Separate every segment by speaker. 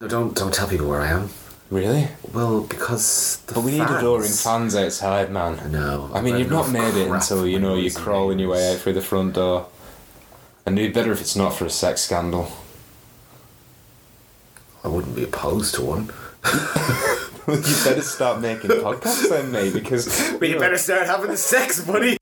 Speaker 1: No, don't don't tell people where I am.
Speaker 2: Really?
Speaker 1: Well, because the
Speaker 2: But we need
Speaker 1: fans-
Speaker 2: adoring fans outside, man.
Speaker 1: No,
Speaker 2: I mean,
Speaker 1: I've
Speaker 2: you've
Speaker 1: got
Speaker 2: not made it
Speaker 1: crap
Speaker 2: until you know you're
Speaker 1: windows and
Speaker 2: crawling your way
Speaker 1: neighbours.
Speaker 2: out through the front door. And it'd be better if it's not for a sex scandal.
Speaker 1: I wouldn't be opposed to one.
Speaker 2: you better start making podcasts then, mate, because
Speaker 1: But you better start having the sex, buddy.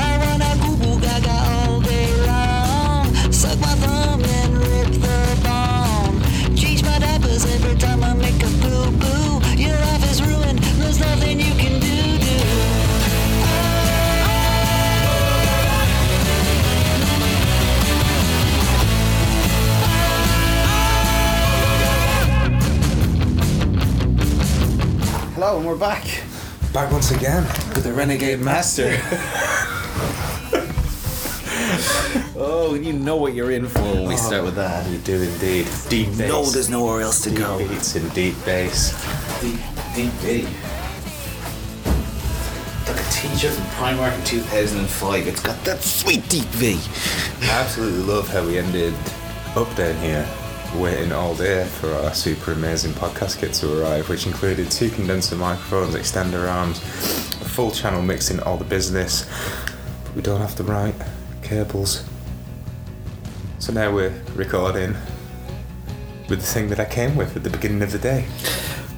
Speaker 3: I wanna goo goo gaga all day long. Suck my thumb and rip the bone. Change my diapers every time I make a poo poo. Your life is ruined. There's nothing you can do. do.
Speaker 4: Hello, and we're back.
Speaker 2: back once again.
Speaker 4: With the Renegade Master. oh, and you know what you're in for
Speaker 2: Oh,
Speaker 4: when we start with that.
Speaker 2: You do indeed. Deep bass.
Speaker 4: No, there's nowhere else to
Speaker 2: deep
Speaker 4: go.
Speaker 2: beats and deep bass.
Speaker 4: Deep, deep, deep. Like a t-shirt from Primark in 2005. It's got that sweet deep V.
Speaker 2: I absolutely love how we ended up down here, waiting all day for our super amazing podcast kit to arrive, which included two condenser microphones, extender arms, a full channel mixing, all the business. But we don't have the right cables. So now we're recording with the thing that I came with at the beginning of the day.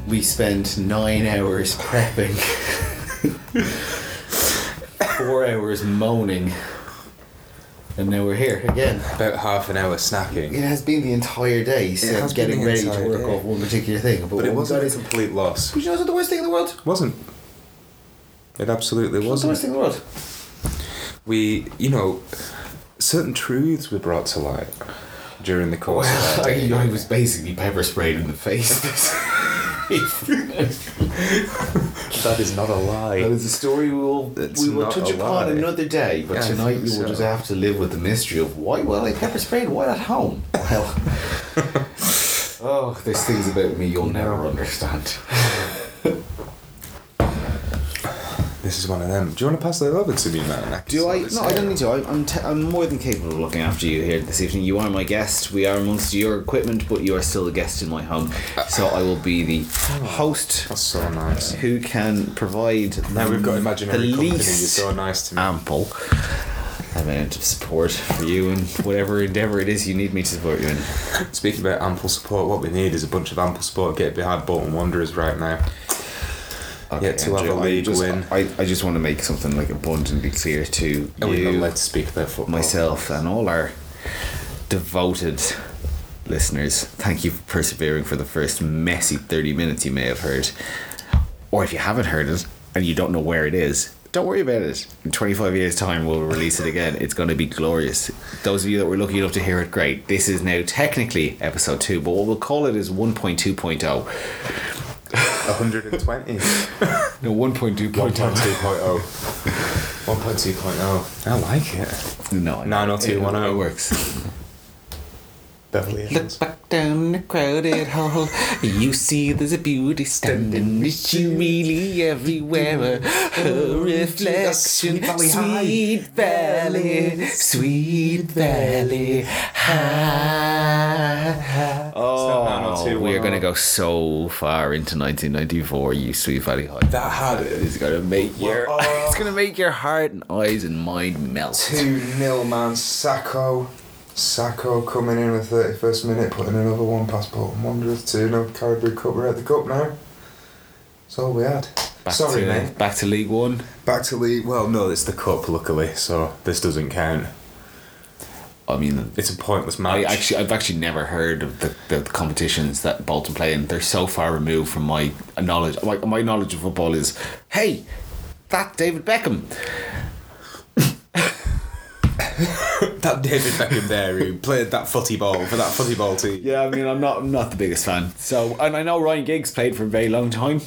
Speaker 4: We spent nine hours prepping. Four hours moaning. And now we're here again.
Speaker 2: About half an hour snacking.
Speaker 4: It has been the entire day
Speaker 2: has
Speaker 4: since
Speaker 2: been
Speaker 4: getting
Speaker 2: the
Speaker 4: ready to
Speaker 2: entire
Speaker 4: work
Speaker 2: day.
Speaker 4: off one particular thing. But,
Speaker 2: But it
Speaker 4: when we
Speaker 2: wasn't
Speaker 4: got
Speaker 2: a
Speaker 4: into-
Speaker 2: complete loss.
Speaker 4: Which was the worst thing in the world. It
Speaker 2: wasn't. It absolutely
Speaker 4: was the
Speaker 2: wasn't.
Speaker 4: worst thing in the world.
Speaker 2: we, you know, certain truths were brought to light during the course of that
Speaker 4: I,
Speaker 2: day.
Speaker 4: I was basically pepper sprayed in the face. that
Speaker 2: That is not a lie.
Speaker 4: was a story we will
Speaker 2: It's
Speaker 4: we will
Speaker 2: not
Speaker 4: touch
Speaker 2: a
Speaker 4: upon
Speaker 2: lie.
Speaker 4: another day. But
Speaker 2: Yeah, I
Speaker 4: tonight
Speaker 2: think
Speaker 4: we will
Speaker 2: so.
Speaker 4: just have to live with the mystery of why were they pepper sprayed while at home? Well, oh, there's things about me you'll never understand.
Speaker 2: This is one of them. Do you want to pass that over to me, man? can
Speaker 4: Do
Speaker 2: sort
Speaker 4: I?
Speaker 2: this
Speaker 4: No, I
Speaker 2: out.
Speaker 4: don't need to. I, I'm, te- I'm more than capable of looking after you here this evening. You are my guest. We are amongst your equipment, but you are still a guest in my home. So I will be the host
Speaker 2: That's so nice.
Speaker 4: who can provide.
Speaker 2: Now we've got
Speaker 4: the
Speaker 2: imaginary company. You're
Speaker 4: least
Speaker 2: so nice to me.
Speaker 4: ample amount of support for you and whatever endeavour it is you need me to support you in.
Speaker 2: Speaking about ample support, what we need is a bunch of ample support getting behind Bolton Wanderers right now. Yeah, to have
Speaker 4: Andrew,
Speaker 2: a
Speaker 4: I
Speaker 2: league
Speaker 4: just-
Speaker 2: win.
Speaker 4: I, I just want to make something like abundantly clear to
Speaker 2: And we're
Speaker 4: you.
Speaker 2: not allowed to speak their football.
Speaker 4: myself and all our devoted listeners, thank you for persevering for the first messy 30 minutes you may have heard. Or if you haven't heard it and you don't know where it is, don't worry about it. In 25 years' time, we'll release it again. It's going to be glorious. Those of you that were lucky enough to hear it, great. This is now technically episode 2, but what we'll call it is 1.2.0.
Speaker 2: 120.
Speaker 4: No,
Speaker 2: oh.
Speaker 4: 1.2.0.
Speaker 2: 1.2.0. 1.2.0. I like it.
Speaker 4: No, I-
Speaker 2: 90210.
Speaker 4: It works.
Speaker 2: Beverly Hills.
Speaker 3: Look back down the crowded hall. You see there's a beauty standing. Is she really everywhere? Her reflection. Sweet valley, sweet valley. High.
Speaker 2: not
Speaker 4: Oh,
Speaker 2: 90210.
Speaker 4: we are going to go so far into 1994, you sweet Valley High.
Speaker 2: That had it. uh,
Speaker 4: It's gonna make your it's gonna make your heart and eyes and mind melt.
Speaker 2: 2 nil man. Sacco. Sacco coming in with 31st minute, putting another one past Bolton Wanderers. 2 0 Caribou Cup. We're at the Cup now. That's all we had.
Speaker 4: Back
Speaker 2: Sorry,
Speaker 4: to,
Speaker 2: mate.
Speaker 4: Back to League One.
Speaker 2: Back to the. Well, no, it's the Cup, luckily, so this doesn't count.
Speaker 4: I mean,
Speaker 2: It's a pointless
Speaker 4: I
Speaker 2: match.
Speaker 4: actually I've actually never heard of the, the competitions that Bolton play in. They're so far removed from my knowledge. My, my knowledge of football is, hey, that David Beckham.
Speaker 2: that David Beckham there who played that footy ball for that footy ball team.
Speaker 4: Yeah, I mean, I'm not I'm not the biggest fan. So, and I know Ryan Giggs played for a very long time,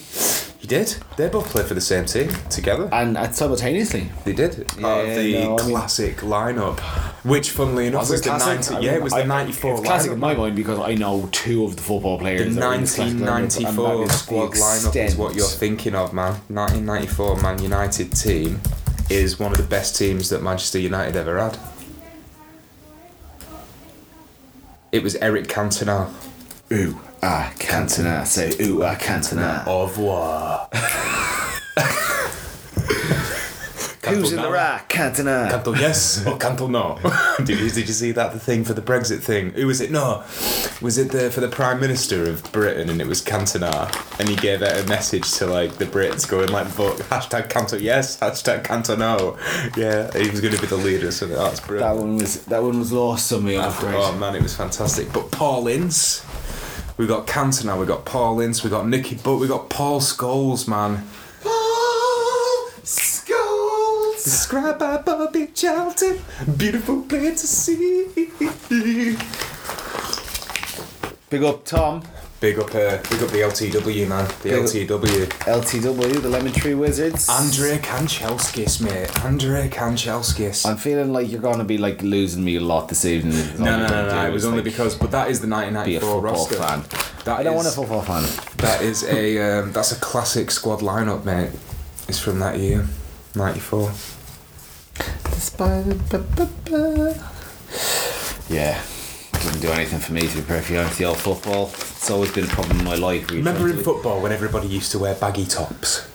Speaker 2: He did. They both played for the same team together.
Speaker 4: and at simultaneously.
Speaker 2: They did. Part
Speaker 4: Yeah,
Speaker 2: of the
Speaker 4: no, I mean-
Speaker 2: classic lineup, which, funnily enough, was
Speaker 4: it
Speaker 2: the
Speaker 4: classic?
Speaker 2: ninety.
Speaker 4: I
Speaker 2: Yeah,
Speaker 4: mean,
Speaker 2: it was the
Speaker 4: I-
Speaker 2: ninety-four.
Speaker 4: It's classic
Speaker 2: lineup.
Speaker 4: in my mind because I know two of the football
Speaker 2: The
Speaker 4: players. that were in this classic lineup, and that is
Speaker 2: 1994
Speaker 4: the
Speaker 2: squad lineup is what you're
Speaker 4: extent.
Speaker 2: thinking of, man. 1994 Man United team is one of the best teams that Manchester United ever had. It was Eric Cantona.
Speaker 4: Ooh, ah, Cantona. Say, ooh, ah, Cantona.
Speaker 2: Au revoir.
Speaker 4: Who's in the rack? Cantona.
Speaker 2: Canto yes Oh, or Canto no? did, you, did you see that the thing for the Brexit thing? Who was it? No, was it the for the Prime Minister of Britain and it was Cantona and he gave out a message to like the Brits going like vote hashtag Canto yes hashtag Canto no. Yeah, he was going to be the leader. So that's
Speaker 4: That
Speaker 2: brilliant.
Speaker 4: one was that one was lost on me. I'm afraid.
Speaker 2: oh man, it was fantastic. But Paul Ince, we got Cantona, we got Paul Ince, we got Nicky Butt, we got Paul Scholes, man. Described by Bobby Charlton, beautiful play to see.
Speaker 4: Big up Tom,
Speaker 2: Big up, uh, big up the LTW man, the
Speaker 4: up-
Speaker 2: LTW.
Speaker 4: LTW, the Lemon Tree Wizards.
Speaker 2: Andre Kanchelskis, mate. Andre Kanchelskis.
Speaker 4: I'm feeling like you're gonna be like losing me a lot this evening. It's all
Speaker 2: no,
Speaker 4: I'm
Speaker 2: no,
Speaker 4: gonna
Speaker 2: no,
Speaker 4: do
Speaker 2: no. It
Speaker 4: is,
Speaker 2: was only
Speaker 4: like,
Speaker 2: because, but that is the
Speaker 4: be a
Speaker 2: 1994
Speaker 4: football
Speaker 2: roster.
Speaker 4: fan.
Speaker 2: That
Speaker 4: I don't
Speaker 2: is-
Speaker 4: want a football fan.
Speaker 2: That is a um, that's a classic squad lineup, mate. It's from that year, '94.
Speaker 4: Yeah. Doesn't do anything for me to be perfectly honest. The old football. It's always been a problem in my life. really,
Speaker 2: Remember in
Speaker 4: frankly.
Speaker 2: football when everybody used to wear baggy tops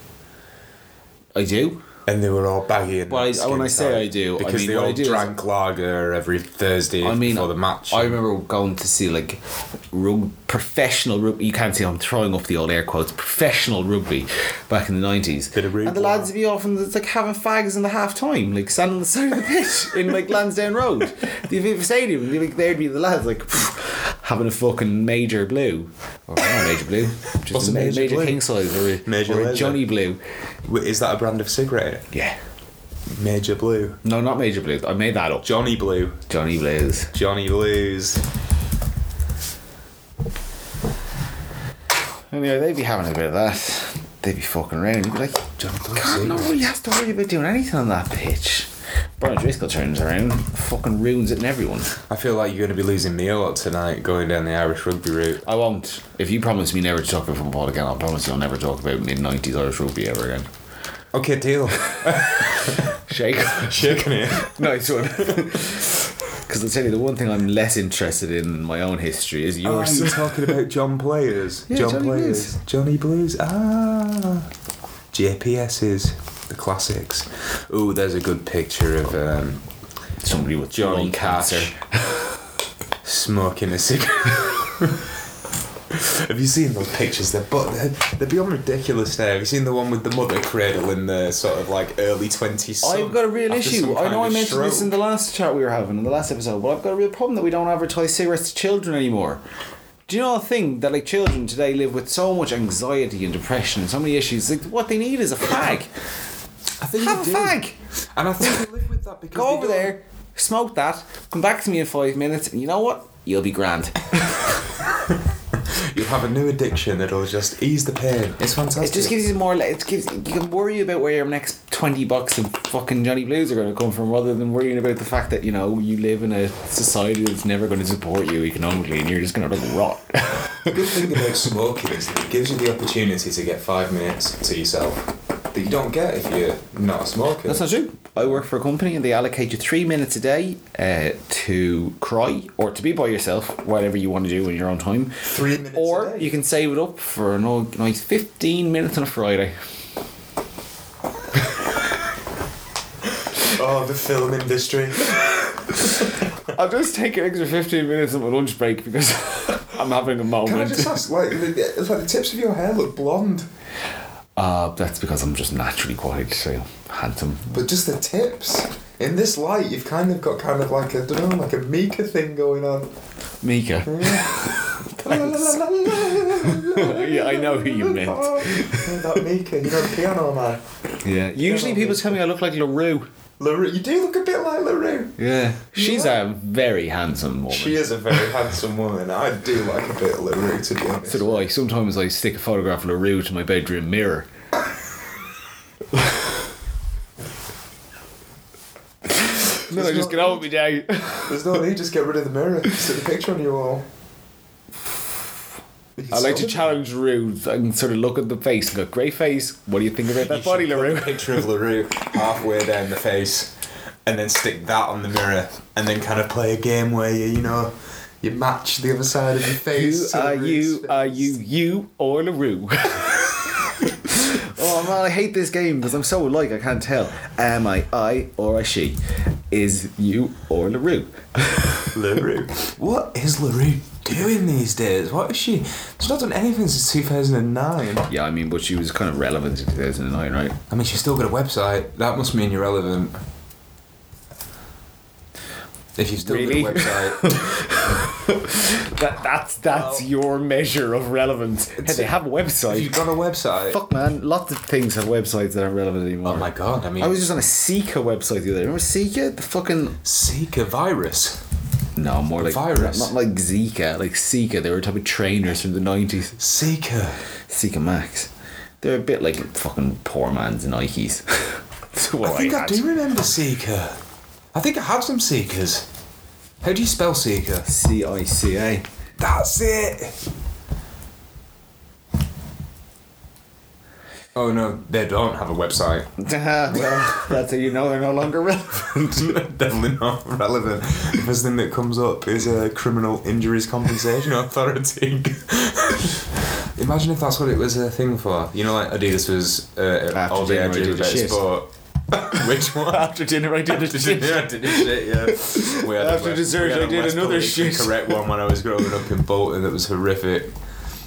Speaker 4: I do.
Speaker 2: and they were all baggy. And
Speaker 4: Well, I-
Speaker 2: skin
Speaker 4: when I say
Speaker 2: tight?
Speaker 4: I do, I
Speaker 2: because
Speaker 4: mean,
Speaker 2: they
Speaker 4: what I
Speaker 2: all
Speaker 4: do is-
Speaker 2: drank lager every Thursday
Speaker 4: I mean,
Speaker 2: before the match.
Speaker 4: I remember going to see like rug, professional rugby. You can't see I'm throwing up the old air quotes. Professional rugby back in the nineties,
Speaker 2: Bit of rugby.
Speaker 4: and the lads would be off and it's like having fags in the half time, like standing on the side of the pitch in like Lansdowne Road, the Aviva Stadium. And like, there'd be the lads like having a fucking major blue, or not a major blue, just
Speaker 2: What's
Speaker 4: a
Speaker 2: a
Speaker 4: ma- major,
Speaker 2: major blue?
Speaker 4: king size or a,
Speaker 2: Major
Speaker 4: or a
Speaker 2: laser.
Speaker 4: Johnny blue.
Speaker 2: Wait, Is that a brand of cigarette?
Speaker 4: Yeah,
Speaker 2: Major Blue.
Speaker 4: no, not major blue. I made that up.
Speaker 2: Johnny Blue.
Speaker 4: Johnny blues.
Speaker 2: Johnny Blues.
Speaker 4: Anyway, they'd be having a bit of that. They'd be fucking around. You'd be like,
Speaker 2: Johnny Blues.
Speaker 4: God, nobody has to worry about doing anything on that pitch. Brian Driscoll turns around, fucking ruins it in everyone.
Speaker 2: I feel like you're going to be losing me a lot tonight going down the Irish rugby route.
Speaker 4: I won't. If you promise me never to talk about football again, I'll promise you I'll never talk about mid 90s Irish rugby ever again.
Speaker 2: Okay, deal.
Speaker 4: Shake.
Speaker 2: Shaking it.
Speaker 4: nice one. Because I'll tell you, the one thing I'm less interested in in my own history is
Speaker 2: You were
Speaker 4: yours.
Speaker 2: Ah, talking about John Players.
Speaker 4: Yeah,
Speaker 2: John
Speaker 4: Johnny
Speaker 2: Players. Johnny Blues. Ah. JPSs. The classics. Ooh, there's a good picture of um,
Speaker 4: Somebody with
Speaker 2: Johnny
Speaker 4: lung
Speaker 2: Cash smoking a cigarette. Have you seen those pictures? They're but they're, they're beyond ridiculous now. Have you seen the one with the mother cradle in the sort of like early twenties?
Speaker 4: I've got a real issue. I know I mentioned this in the last chat we were having in the last episode, but I've got a real problem that we don't advertise cigarettes to children anymore. Do you know a thing that like children today live with so much anxiety and depression and so many issues? Like what they need is a fag.
Speaker 2: I think
Speaker 4: Have a
Speaker 2: they do.
Speaker 4: fag.
Speaker 2: And I think we live with that because
Speaker 4: Go
Speaker 2: they
Speaker 4: over
Speaker 2: don't-
Speaker 4: there, smoke that, come back to me in five minutes, and you know what? You'll be grand.
Speaker 2: You'll have a new addiction that'll just ease the pain. It's fantastic.
Speaker 4: It just gives you more. It gives you can worry about where your next twenty bucks of fucking Johnny Blues are going to come from, rather than worrying about the fact that you know you live in a society that's never going to support you economically, and you're just going to like rot.
Speaker 2: The good thing about smoking is that it gives you the opportunity to get five minutes to yourself that you don't get if you're not a smoker.
Speaker 4: that's not true. I work for a company, and they allocate you three minutes a day uh, to cry or to be by yourself, whatever you want to do in your own time.
Speaker 2: Three minutes
Speaker 4: Or
Speaker 2: a day.
Speaker 4: you can save it up for a no- nice fifteen minutes on a Friday.
Speaker 2: Oh, the film industry.
Speaker 4: I'll just take an extra fifteen minutes on my lunch break because I'm having a moment.
Speaker 2: Can I just ask, like, the, it's like the tips of your hair look blonde,
Speaker 4: Uh, that's because I'm just naturally quite so handsome.
Speaker 2: but just the tips. In this light, you've kind of got kind of like a, I don't know, like a Mika thing going on.
Speaker 4: Mika. yeah, I know who you meant.
Speaker 2: Oh, that Mika, you know, the piano man.
Speaker 4: Yeah. Usually people tell me I look like LaRue.
Speaker 2: LaRue, you do look a bit like LaRue.
Speaker 4: Yeah. She's a very handsome woman.
Speaker 2: She is a very handsome woman. I do like a bit of LaRue, to be honest.
Speaker 4: so do I. Sometimes I stick a photograph of LaRue to my bedroom mirror. no, I just get on with me now.
Speaker 2: There's no need, just get rid of the mirror. Just Sit the picture on your wall.
Speaker 4: I like to challenge Rue and sort of look at the face and go, "Great face. What do you think about that body, Larue?"
Speaker 2: picture of LaRue halfway down the face and then stick that on the mirror and then kind of play a game where you, you know, you match the other side of the
Speaker 4: Who
Speaker 2: face. to
Speaker 4: are
Speaker 2: LaRue's
Speaker 4: you?
Speaker 2: face.
Speaker 4: Are you you or Larue? oh man, I hate this game because I'm so alike. I can't tell. Am I I or a she? Is you or Larue?
Speaker 2: LaRue. What is LaRue doing these days? What is she? She's not done anything since 2009.
Speaker 4: Yeah, I mean, but she was kind of relevant in 2009, right?
Speaker 2: I mean, she's still got a website. That must mean you're relevant. If you've still
Speaker 4: Really?
Speaker 2: got a website.
Speaker 4: That that's that's your measure of relevance. Hey, they have a
Speaker 2: if
Speaker 4: website.
Speaker 2: you've got a website.
Speaker 4: Fuck man, lots of things have websites that aren't relevant anymore.
Speaker 2: Oh my god, I mean.
Speaker 4: I was just on a Sika website the other day. Remember Sika? The fucking
Speaker 2: Seek a virus.
Speaker 4: no, more like
Speaker 2: Virus.
Speaker 4: Not, not like Zika, like Sika. They were a type of trainers from the nineties.
Speaker 2: Seeker.
Speaker 4: Sika Max. They're a bit like fucking poor man's Nikes. That's what
Speaker 2: I think I,
Speaker 4: had.
Speaker 2: do remember Seeker. I think I had some Seekers. How do you spell Seeker?
Speaker 4: C I C A.
Speaker 2: That's it. Oh no, they don't have a website.
Speaker 4: well, that's how you know they're no longer relevant.
Speaker 2: Definitely not relevant. The first thing that comes up is a criminal injuries compensation authority. Imagine if that's what it was a thing for. You know, like Adidas was uh,
Speaker 4: After
Speaker 2: all day I
Speaker 4: dinner,
Speaker 2: did
Speaker 4: I did the
Speaker 2: about
Speaker 4: shit.
Speaker 2: sport. Which one?
Speaker 4: After dinner, I did
Speaker 2: yeah, I did a shit, yeah. We had a
Speaker 4: After
Speaker 2: West-
Speaker 4: dessert,
Speaker 2: we had a
Speaker 4: I did
Speaker 2: West
Speaker 4: another
Speaker 2: politically
Speaker 4: shit.
Speaker 2: Correct one when I was growing up in Bolton that was horrific.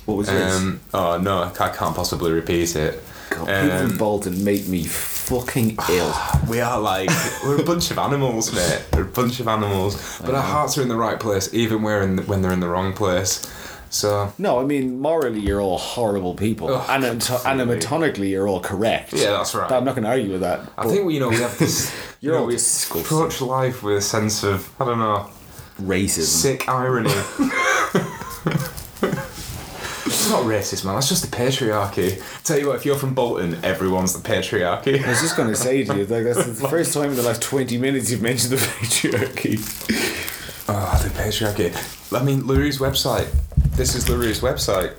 Speaker 4: What was yours?
Speaker 2: Um, oh no, I ca- can't possibly repeat it.
Speaker 4: God, people
Speaker 2: Um,
Speaker 4: in Bolton make me fucking ill.
Speaker 2: we are like we're a bunch of animals, mate. We're a bunch of animals, but our hearts are in the right place, even where in when they're in the wrong place. So
Speaker 4: No, I mean morally, you're all horrible people.
Speaker 2: Ugh,
Speaker 4: Anato-
Speaker 2: absolutely.
Speaker 4: anatomically, you're all correct.
Speaker 2: Yeah, that's right.
Speaker 4: I'm not going to argue with that.
Speaker 2: I
Speaker 4: but
Speaker 2: think we, you know we have this.
Speaker 4: You're
Speaker 2: you know,
Speaker 4: all
Speaker 2: we
Speaker 4: disgusting.
Speaker 2: approach life with a sense of I don't know
Speaker 4: racism.
Speaker 2: sick irony. It's not racist, man. That's just the patriarchy. Tell you what, if you're from Bolton, everyone's the patriarchy.
Speaker 4: I was just going to say to you, like, that's the first time in the last 20 minutes you've mentioned the patriarchy.
Speaker 2: Oh, the patriarchy. I mean, LaRue's website. This is LaRue's website.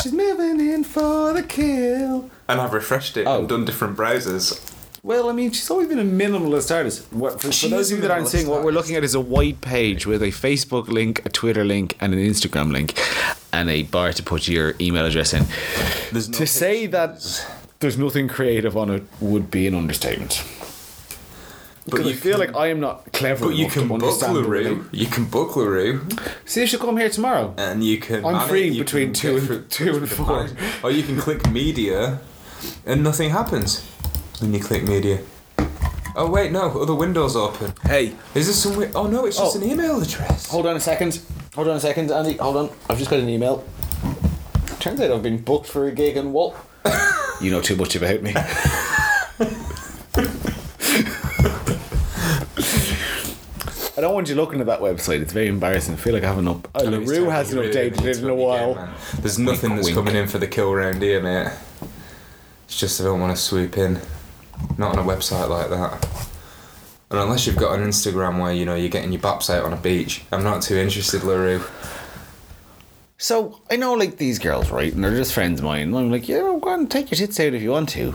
Speaker 4: She's moving in for the kill.
Speaker 2: And I've refreshed it
Speaker 4: Oh.
Speaker 2: and done different browsers.
Speaker 4: Well, I mean, she's always been a minimalist artist. What, for, for
Speaker 2: She
Speaker 4: those
Speaker 2: is
Speaker 4: of you that aren't
Speaker 2: minimalist
Speaker 4: seeing, what we're
Speaker 2: artist.
Speaker 4: looking at is a white page with a Facebook link, a Twitter link, and an Instagram link, and a bar to put your email address in.
Speaker 2: There's no
Speaker 4: To say that there's nothing creative on it would be an understatement. But you
Speaker 2: you
Speaker 4: feel like I am not clever
Speaker 2: But you
Speaker 4: enough
Speaker 2: can
Speaker 4: to
Speaker 2: book
Speaker 4: understand the relate-
Speaker 2: LaRue. You can book LaRue.
Speaker 4: See if she'll come here tomorrow.
Speaker 2: And you can.
Speaker 4: I'm
Speaker 2: man it,
Speaker 4: free
Speaker 2: you
Speaker 4: between
Speaker 2: can
Speaker 4: two
Speaker 2: get
Speaker 4: and-
Speaker 2: through-
Speaker 4: two and four.
Speaker 2: Or you can click media and nothing happens when you click media. Oh, wait, no, other window's open.
Speaker 4: Hey,
Speaker 2: Is this some. wi- Oh, no, it's just
Speaker 4: Oh.
Speaker 2: an email address.
Speaker 4: hold on a second. Hold on a second, Andy. Hold on. I've just got an email. Turns out I've been booked for a gig in Walt. you know too much about me. I don't want you looking at that website. It's very embarrassing. I feel like I haven't up. Uh,
Speaker 2: Let me
Speaker 4: LaRue
Speaker 2: tell
Speaker 4: hasn't
Speaker 2: you, really,
Speaker 4: updated
Speaker 2: it's
Speaker 4: it in a
Speaker 2: what we get,
Speaker 4: while.
Speaker 2: man. There's nothing that's
Speaker 4: wink.
Speaker 2: coming in for the kill round here, mate. It's just I don't want to swoop in. Not on a website like that. And unless you've got an Instagram where you know you're getting your baps out on a beach, I'm not too interested, Larue.
Speaker 4: So I know like these girls, right? And they're just friends of mine. And I'm like, yeah, well, go on, take your tits out if you want to.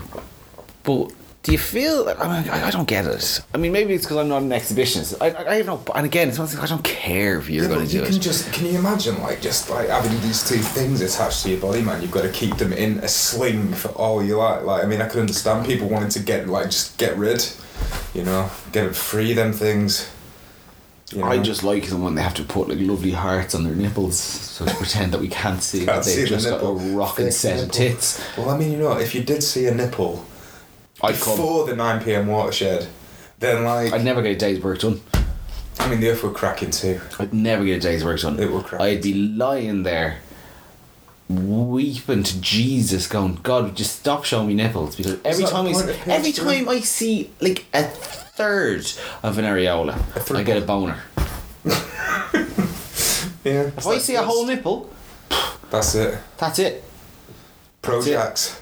Speaker 4: But do you feel? I'm like, I I don't get it. I mean, maybe it's because I'm not an exhibitionist. I, I, I have no. And again, it's one thing I don't care if you're going to do
Speaker 2: you can
Speaker 4: it.
Speaker 2: just can you imagine like just like having these two things attached to your body, man? You've got to keep them in a sling for all you like. Like I mean, I could understand people wanting to get like just get rid, you know, get it free them things. you
Speaker 4: I
Speaker 2: know?
Speaker 4: just like them when they have to put like lovely hearts on their nipples, so to pretend that we can't see
Speaker 2: Can't
Speaker 4: that they've
Speaker 2: see the
Speaker 4: just got a
Speaker 2: nipple.
Speaker 4: rocking
Speaker 2: Fake
Speaker 4: set of
Speaker 2: nipple.
Speaker 4: tits.
Speaker 2: Well, I mean, you know, if you did see a nipple
Speaker 4: I come.
Speaker 2: before the 9 pm watershed, then like,
Speaker 4: I'd never get a day's work done.
Speaker 2: I mean, the earth would crack in two.
Speaker 4: I'd never get a day's work done.
Speaker 2: It will crack.
Speaker 4: I'd be lying there weeping to Jesus, going, God, would you stop showing me nipples? Because every
Speaker 2: that
Speaker 4: time
Speaker 2: the
Speaker 4: I
Speaker 2: point
Speaker 4: see,
Speaker 2: of
Speaker 4: every
Speaker 2: page
Speaker 4: time I see like a third of an areola,
Speaker 2: third
Speaker 4: I get a boner.
Speaker 2: Yeah.
Speaker 4: If I see a whole nipple,
Speaker 2: That's it.
Speaker 4: that's it.
Speaker 2: Projects.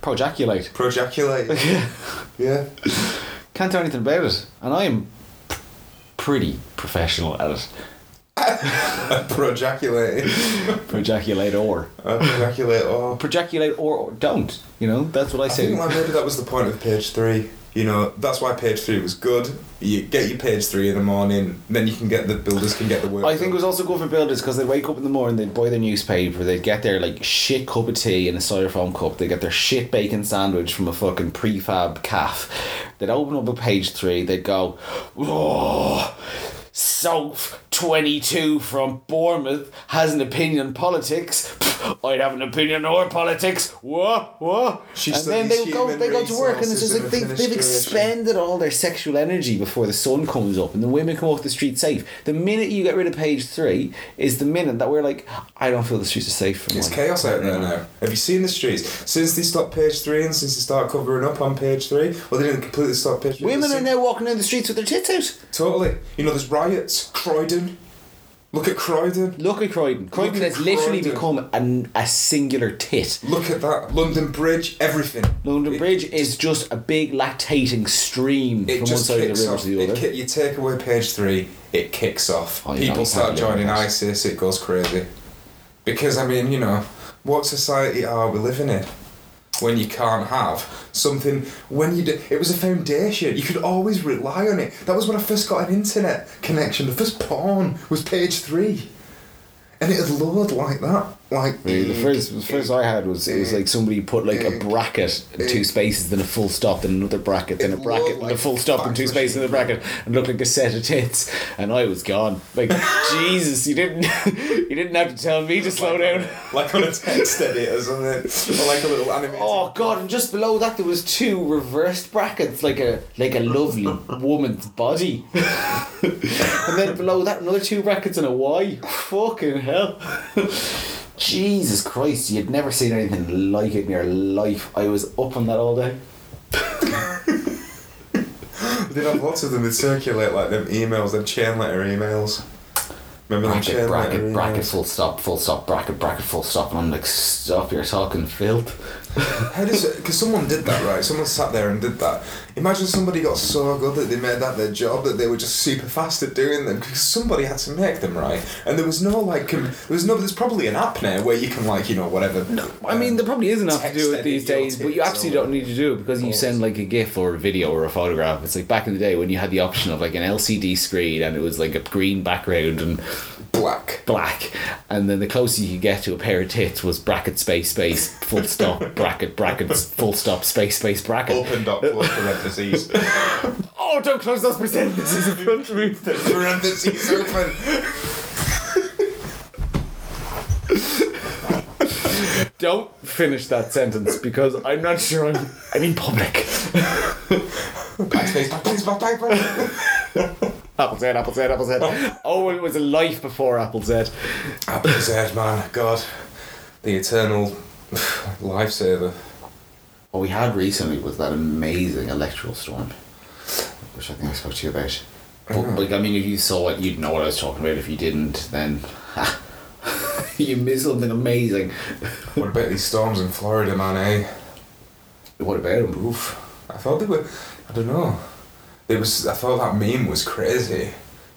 Speaker 4: Projaculate.
Speaker 2: Projaculate. yeah.
Speaker 4: Can't do anything about it. And I am p- pretty professional at it.
Speaker 2: Projaculate.
Speaker 4: Projaculate or.
Speaker 2: Uh, projaculate or.
Speaker 4: Projaculate or, or don't. You know, that's what I
Speaker 2: I
Speaker 4: say.
Speaker 2: think like maybe that was the point of page three. You know, that's why page three was good. You get your page three in the morning, then you can get the builders can get the work.
Speaker 4: I think it
Speaker 2: done.
Speaker 4: was also good for builders because they'd wake up in the morning, they'd buy their newspaper, they'd get their like shit cup of tea in a styrofoam cup, they'd get their shit bacon sandwich from a fucking prefab calf. They'd open up a page three, they'd go, oh, Soph 22 from Bournemouth has an opinion on politics. Pff, I'd have an opinion or politics. Whoa, whoa.
Speaker 2: She
Speaker 4: and then
Speaker 2: studies
Speaker 4: they go,
Speaker 2: human
Speaker 4: they go to work, and it's just like
Speaker 2: resources
Speaker 4: they,
Speaker 2: and
Speaker 4: they've
Speaker 2: administration.
Speaker 4: expended expended all their sexual energy before the sun comes up and the women come off the street safe. The minute you get rid of page three is the minute that we're like, I don't feel the streets are safe for
Speaker 2: It's
Speaker 4: me.
Speaker 2: chaos out there now. Have you seen the streets? Since they stopped page three and since they started covering up on page three, well, they didn't completely stop page three.
Speaker 4: Women
Speaker 2: It's-
Speaker 4: are now walking down the streets with their tits out.
Speaker 2: Totally. You know, there's riots. Croydon. Look at Croydon.
Speaker 4: Look at Croydon. Croydon
Speaker 2: at
Speaker 4: has literally
Speaker 2: Croydon.
Speaker 4: become an, a singular tit.
Speaker 2: Look at that. London Bridge. Everything.
Speaker 4: London
Speaker 2: It-
Speaker 4: Bridge is just a big lactating stream
Speaker 2: It
Speaker 4: from one
Speaker 2: just
Speaker 4: side of
Speaker 2: kicks
Speaker 4: the river
Speaker 2: off.
Speaker 4: to the
Speaker 2: It
Speaker 4: other.
Speaker 2: ki- you take away page three, it kicks off.
Speaker 4: Oh, you
Speaker 2: People
Speaker 4: don't
Speaker 2: start
Speaker 4: have to live
Speaker 2: joining
Speaker 4: in this.
Speaker 2: ISIS, it goes crazy. Because, I mean, you know, what society are we living in? When you can't have something, when you do, it was a foundation. You could always rely on it. That was when I first got an internet connection. The first porn was page three, and it had lowered like that. Like
Speaker 4: Really, the first, the first I had was it was like somebody put like a bracket and two spaces, then a full stop, then another bracket, then a
Speaker 2: It
Speaker 4: bracket,
Speaker 2: looked
Speaker 4: and a
Speaker 2: like
Speaker 4: full stop, and two
Speaker 2: fax
Speaker 4: spaces, and a bracket, and looked like a set of tits, and I was gone. Like Jesus, you didn't, you didn't have to tell me to slow down.
Speaker 2: like on a text editor or something, or like a little animated.
Speaker 4: Oh God! And just below that there was two reversed brackets, like a like a lovely woman's body, and then below that another two brackets and a Y. Fucking hell! Jesus Christ! You'd never seen anything like it in your life. I was up on that all day.
Speaker 2: They'd have lots of them. They'd circulate like them emails, them chain letter emails. Remember them
Speaker 4: Bracket,
Speaker 2: chain letter
Speaker 4: bracket,
Speaker 2: emails?
Speaker 4: bracket, full stop, full stop, bracket, bracket, full stop, and I'm like, stop! You're talking filth.
Speaker 2: How does it? Because someone did that, right? Someone sat there and did that. Imagine somebody got so good that they made that their job that they were just super fast at doing them because somebody had to make them, right? And there was no like, com- there was no. There's probably an app now where you can like, you know, whatever. No,
Speaker 4: I mean, there probably is enough to do it these days, but you absolutely don't need to do it because you send like a GIF or a video or a photograph. It's like back in the day when you had the option of like an LCD screen and it was like a green background and
Speaker 2: black.
Speaker 4: black, and then the closer you could get to a pair of tits was bracket space space full stop bracket bracket full stop space space bracket.
Speaker 2: Open dot close parentheses.
Speaker 4: Oh, don't close those percentages in front of me.
Speaker 2: parentheses open.
Speaker 4: Don't finish that sentence because I'm not sure I'm. I'm in public.
Speaker 2: Backspace, backspace, backspace, backspace.
Speaker 4: Apple Z, Apple Z, Apple Z. Oh, it was a life before Apple Z.
Speaker 2: Apple Z, man, God, the eternal lifesaver.
Speaker 4: What we had recently was that amazing electoral storm, which I think I spoke to you about. But, like, I mean, if you saw it, you'd know what I was talking about. If you didn't, then you missed something amazing.
Speaker 2: What about these storms in Florida, man? Eh?
Speaker 4: What about him?
Speaker 2: Oof. I thought they were. I don't know. It was. I thought that meme was crazy.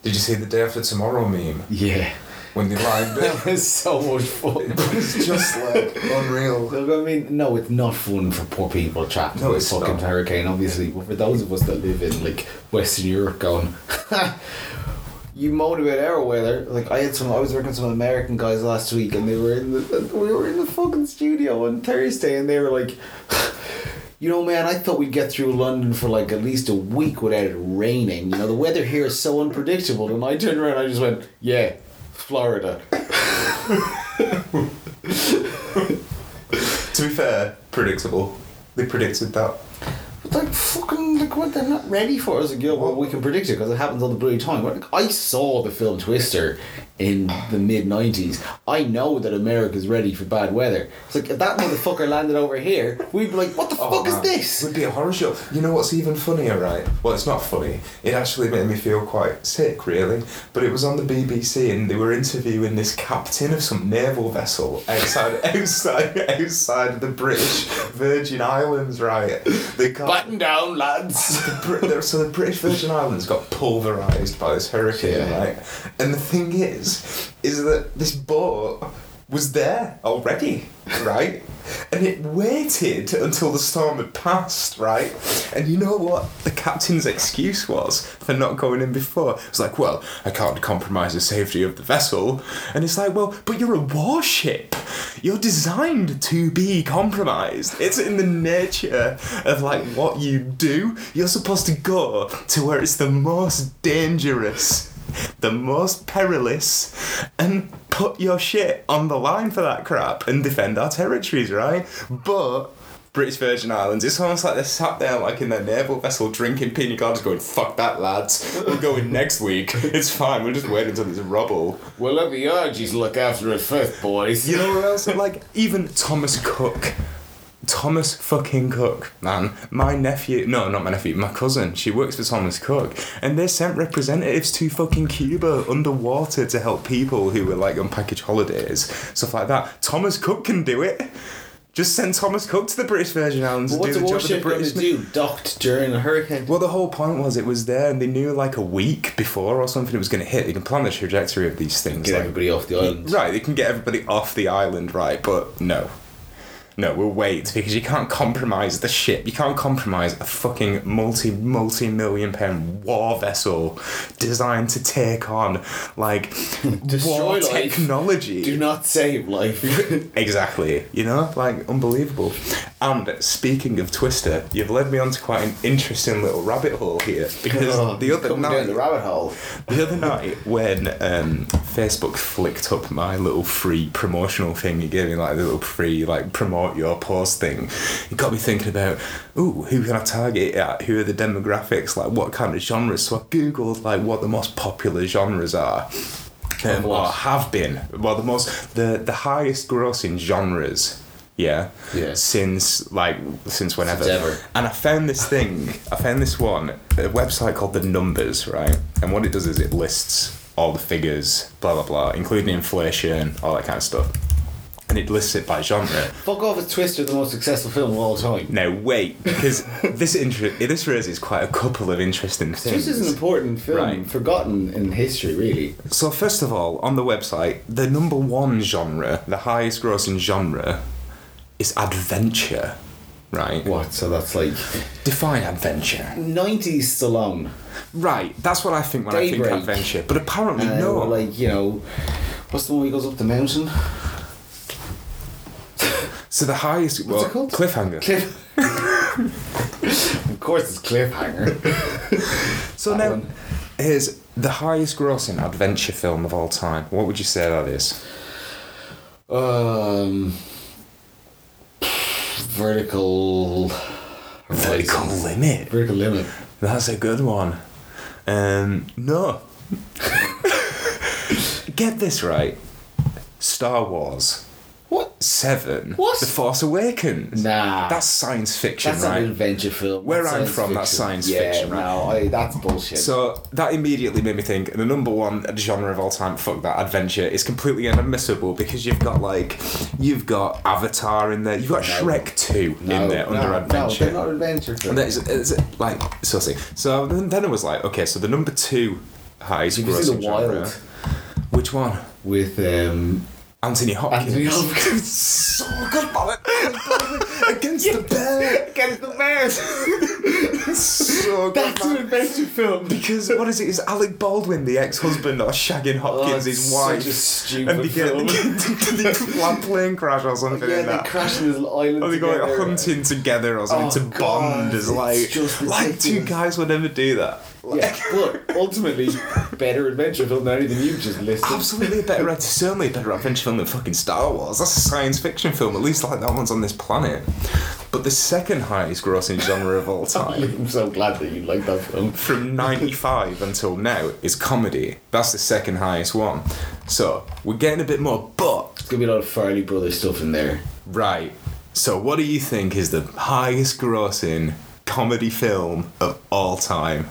Speaker 2: Did you see the day after tomorrow meme
Speaker 4: Yeah,
Speaker 2: when they lined
Speaker 4: that
Speaker 2: up?
Speaker 4: was so much fun.
Speaker 2: it was just like unreal.
Speaker 4: Look, I mean, no, it's not fun for poor people trapped
Speaker 2: No,
Speaker 4: in a
Speaker 2: it's
Speaker 4: fucking
Speaker 2: not.
Speaker 4: hurricane, obviously. But for those of us that live in like Western Europe, going, you moan about our weather. Like I had some, I was working with some American guys last week, and they were in the, we were in the fucking studio on Thursday, and they were like. You know, man, I thought we'd get through London for like at least a week without it raining. You know, the weather here is so unpredictable. And I turned around and I just went, yeah, Florida.
Speaker 2: To be fair, predictable. They predicted that.
Speaker 4: Like fucking, like what they're not ready for as a girl. Well, we can predict it because it happens all the bloody time. Like, I saw the film Twister in the mid '90s. I know that America's ready for bad weather. It's like if that motherfucker landed over here, we'd be like, "What the fuck
Speaker 2: man,
Speaker 4: is this?"
Speaker 2: Oh, Would be a horror show. You know what's even funnier, right? Well, it's not funny. It actually made me feel quite sick, really. But it was on the BBC, and they were interviewing this captain of some naval vessel outside, outside, outside the British Virgin Islands, right? They can't.
Speaker 4: down, lads.
Speaker 5: lads.
Speaker 2: Brit- there- so the British Virgin Islands got pulverized by this hurricane,
Speaker 5: Yeah.
Speaker 2: right? And the thing is, is that this boat was there already, right? And it waited until the storm had passed, right? And you know what the captain's excuse was for not going in before? It's like, well, I can't compromise the safety of the vessel. And it's like, well, but you're a warship. You're designed to be compromised. It's in the nature of like what you do. You're supposed to go to where it's the most dangerous, the most perilous, and put your shit on the line for that crap and defend our territories, right? But British Virgin Islands, it's almost like they're sat there like in their naval vessel drinking pina coladas going, fuck that lads, we're going next week. It's fine, we'll just wait until it's rubble.
Speaker 4: Well, let the orgies look after it first, boys.
Speaker 2: You know what else? Like even Thomas Cook. Thomas fucking Cook, man. My nephew, no, not my nephew, my cousin. She works for Thomas Cook, and they sent representatives to fucking Cuba underwater to help people who were like on package holidays, stuff like that. Thomas Cook can do it. Just send Thomas Cook to the British Virgin Islands
Speaker 4: But
Speaker 2: and do
Speaker 4: what's
Speaker 2: the job
Speaker 4: a
Speaker 2: of the British.
Speaker 4: warship going to do? Docked during a hurricane?
Speaker 2: Well, the whole point was it was there, and they knew like a week before or something it was going to hit. They can plan the trajectory of these things.
Speaker 4: Get
Speaker 2: like-
Speaker 4: everybody off the island.
Speaker 2: Right, they can get everybody off the island, right? But no. No, we'll wait because you can't compromise the ship. You can't compromise a fucking multi multi million pound war vessel designed to take on like war
Speaker 4: Destroy life.
Speaker 2: technology.
Speaker 4: Do not save life.
Speaker 2: Exactly. You know, like unbelievable. And speaking of Twister, you've led me onto quite an interesting little rabbit hole here because the other
Speaker 4: Coming
Speaker 2: night
Speaker 4: Oh, down the rabbit hole.
Speaker 2: the other night when um, Facebook flicked up my little free promotional thing you gave me, like the little free like promote your post thing, it got me thinking about, ooh, who can I target it at? Who are the demographics? Like what kind of genres? So I googled like what the most popular genres are. Um, or have been. Well, the most the the highest grossing genres. Yeah.
Speaker 4: Yeah.
Speaker 2: Since like since whenever.
Speaker 4: Since ever.
Speaker 2: And I found this thing, I found this one, a website called The Numbers, right? And what it does is it lists all the figures, blah, blah, blah, including inflation, all that kind of stuff. And it lists it by genre.
Speaker 4: Fuck off with Twister, the most successful film of all time.
Speaker 2: Now, wait, because this, inter- this raises quite a couple of interesting things.
Speaker 4: This is an important film,
Speaker 2: Right.
Speaker 4: forgotten in history, really.
Speaker 2: So, first of all, on the website, the number one genre, the highest grossing genre, is adventure, right?
Speaker 4: What? So that's like
Speaker 2: Define adventure.
Speaker 4: 90s Stallone.
Speaker 2: Right, that's what I think when I
Speaker 4: Daybreak.
Speaker 2: think adventure. But apparently,
Speaker 4: Uh,
Speaker 2: no.
Speaker 4: or Like, you know, what's the one where he goes up the mountain?
Speaker 2: So the highest well,
Speaker 4: it called?
Speaker 2: cliffhanger.
Speaker 4: Cliff. of course, it's Cliffhanger.
Speaker 2: so
Speaker 4: that
Speaker 2: now
Speaker 4: one.
Speaker 2: here's the highest grossing adventure film of all time. What would you say that is?
Speaker 4: Um, vertical.
Speaker 2: Vertical Limit.
Speaker 4: Vertical limit.
Speaker 2: That's a good one. Um, no. Get this right. Star Wars
Speaker 4: What?
Speaker 2: Seven.
Speaker 4: What?
Speaker 2: The Force Awakens.
Speaker 4: Nah.
Speaker 2: That's science fiction,
Speaker 4: That's
Speaker 2: right?
Speaker 4: not an adventure film.
Speaker 2: Where
Speaker 4: That's
Speaker 2: I'm
Speaker 4: science
Speaker 2: from, that's science
Speaker 4: yeah,
Speaker 2: fiction, right?
Speaker 4: No, I, that's bullshit.
Speaker 2: So that immediately made me think the number one genre of all time, fuck that, adventure, is completely inadmissible because you've got like, you've got Avatar in there, you've got Shrek 2
Speaker 4: no,
Speaker 2: in there
Speaker 4: no,
Speaker 2: under adventure.
Speaker 4: No, they're not adventure
Speaker 2: and
Speaker 4: films.
Speaker 2: that is, is like, so see. So then, then it was like, okay, so the number two highest
Speaker 4: Did you see
Speaker 2: grossing genre-
Speaker 4: The Wild?
Speaker 2: Which one?
Speaker 4: With um,
Speaker 2: Anthony Hopkins.
Speaker 4: Anthony Hopkins.
Speaker 2: so good, man. Against the bear.
Speaker 4: Against the Bears.
Speaker 2: So good,
Speaker 4: That's an
Speaker 2: man.
Speaker 4: adventure film.
Speaker 2: Because what is it? Is Alec Baldwin the ex-husband or shagging Hopkins,
Speaker 4: Oh,
Speaker 2: his
Speaker 4: it's
Speaker 2: wife?
Speaker 4: such a stupid
Speaker 2: and they get
Speaker 4: film.
Speaker 2: they land plane crash or something
Speaker 4: Yeah,
Speaker 2: in
Speaker 4: they
Speaker 2: that.
Speaker 4: crash in this island.
Speaker 2: Or they go like
Speaker 4: together.
Speaker 2: hunting together or something
Speaker 4: Oh,
Speaker 2: to
Speaker 4: God,
Speaker 2: bond as
Speaker 4: it's
Speaker 2: like
Speaker 4: just
Speaker 2: like two
Speaker 4: ridiculous.
Speaker 2: guys would never do that.
Speaker 4: Yeah, but ultimately, better adventure film than anything you've just listed.
Speaker 2: Absolutely a better ad- certainly a better adventure film than fucking Star Wars. That's a science fiction film, at least like that one's on this planet. But the second highest grossing genre
Speaker 4: Oh,
Speaker 2: of all time
Speaker 4: I'm so glad that you like that film.
Speaker 2: from 95 until now is comedy. That's the second highest one. So we're getting a bit more, but
Speaker 4: It's gonna be a lot of Farley Brothers stuff in there.
Speaker 2: right. So what do you think is the highest grossing comedy film of all time?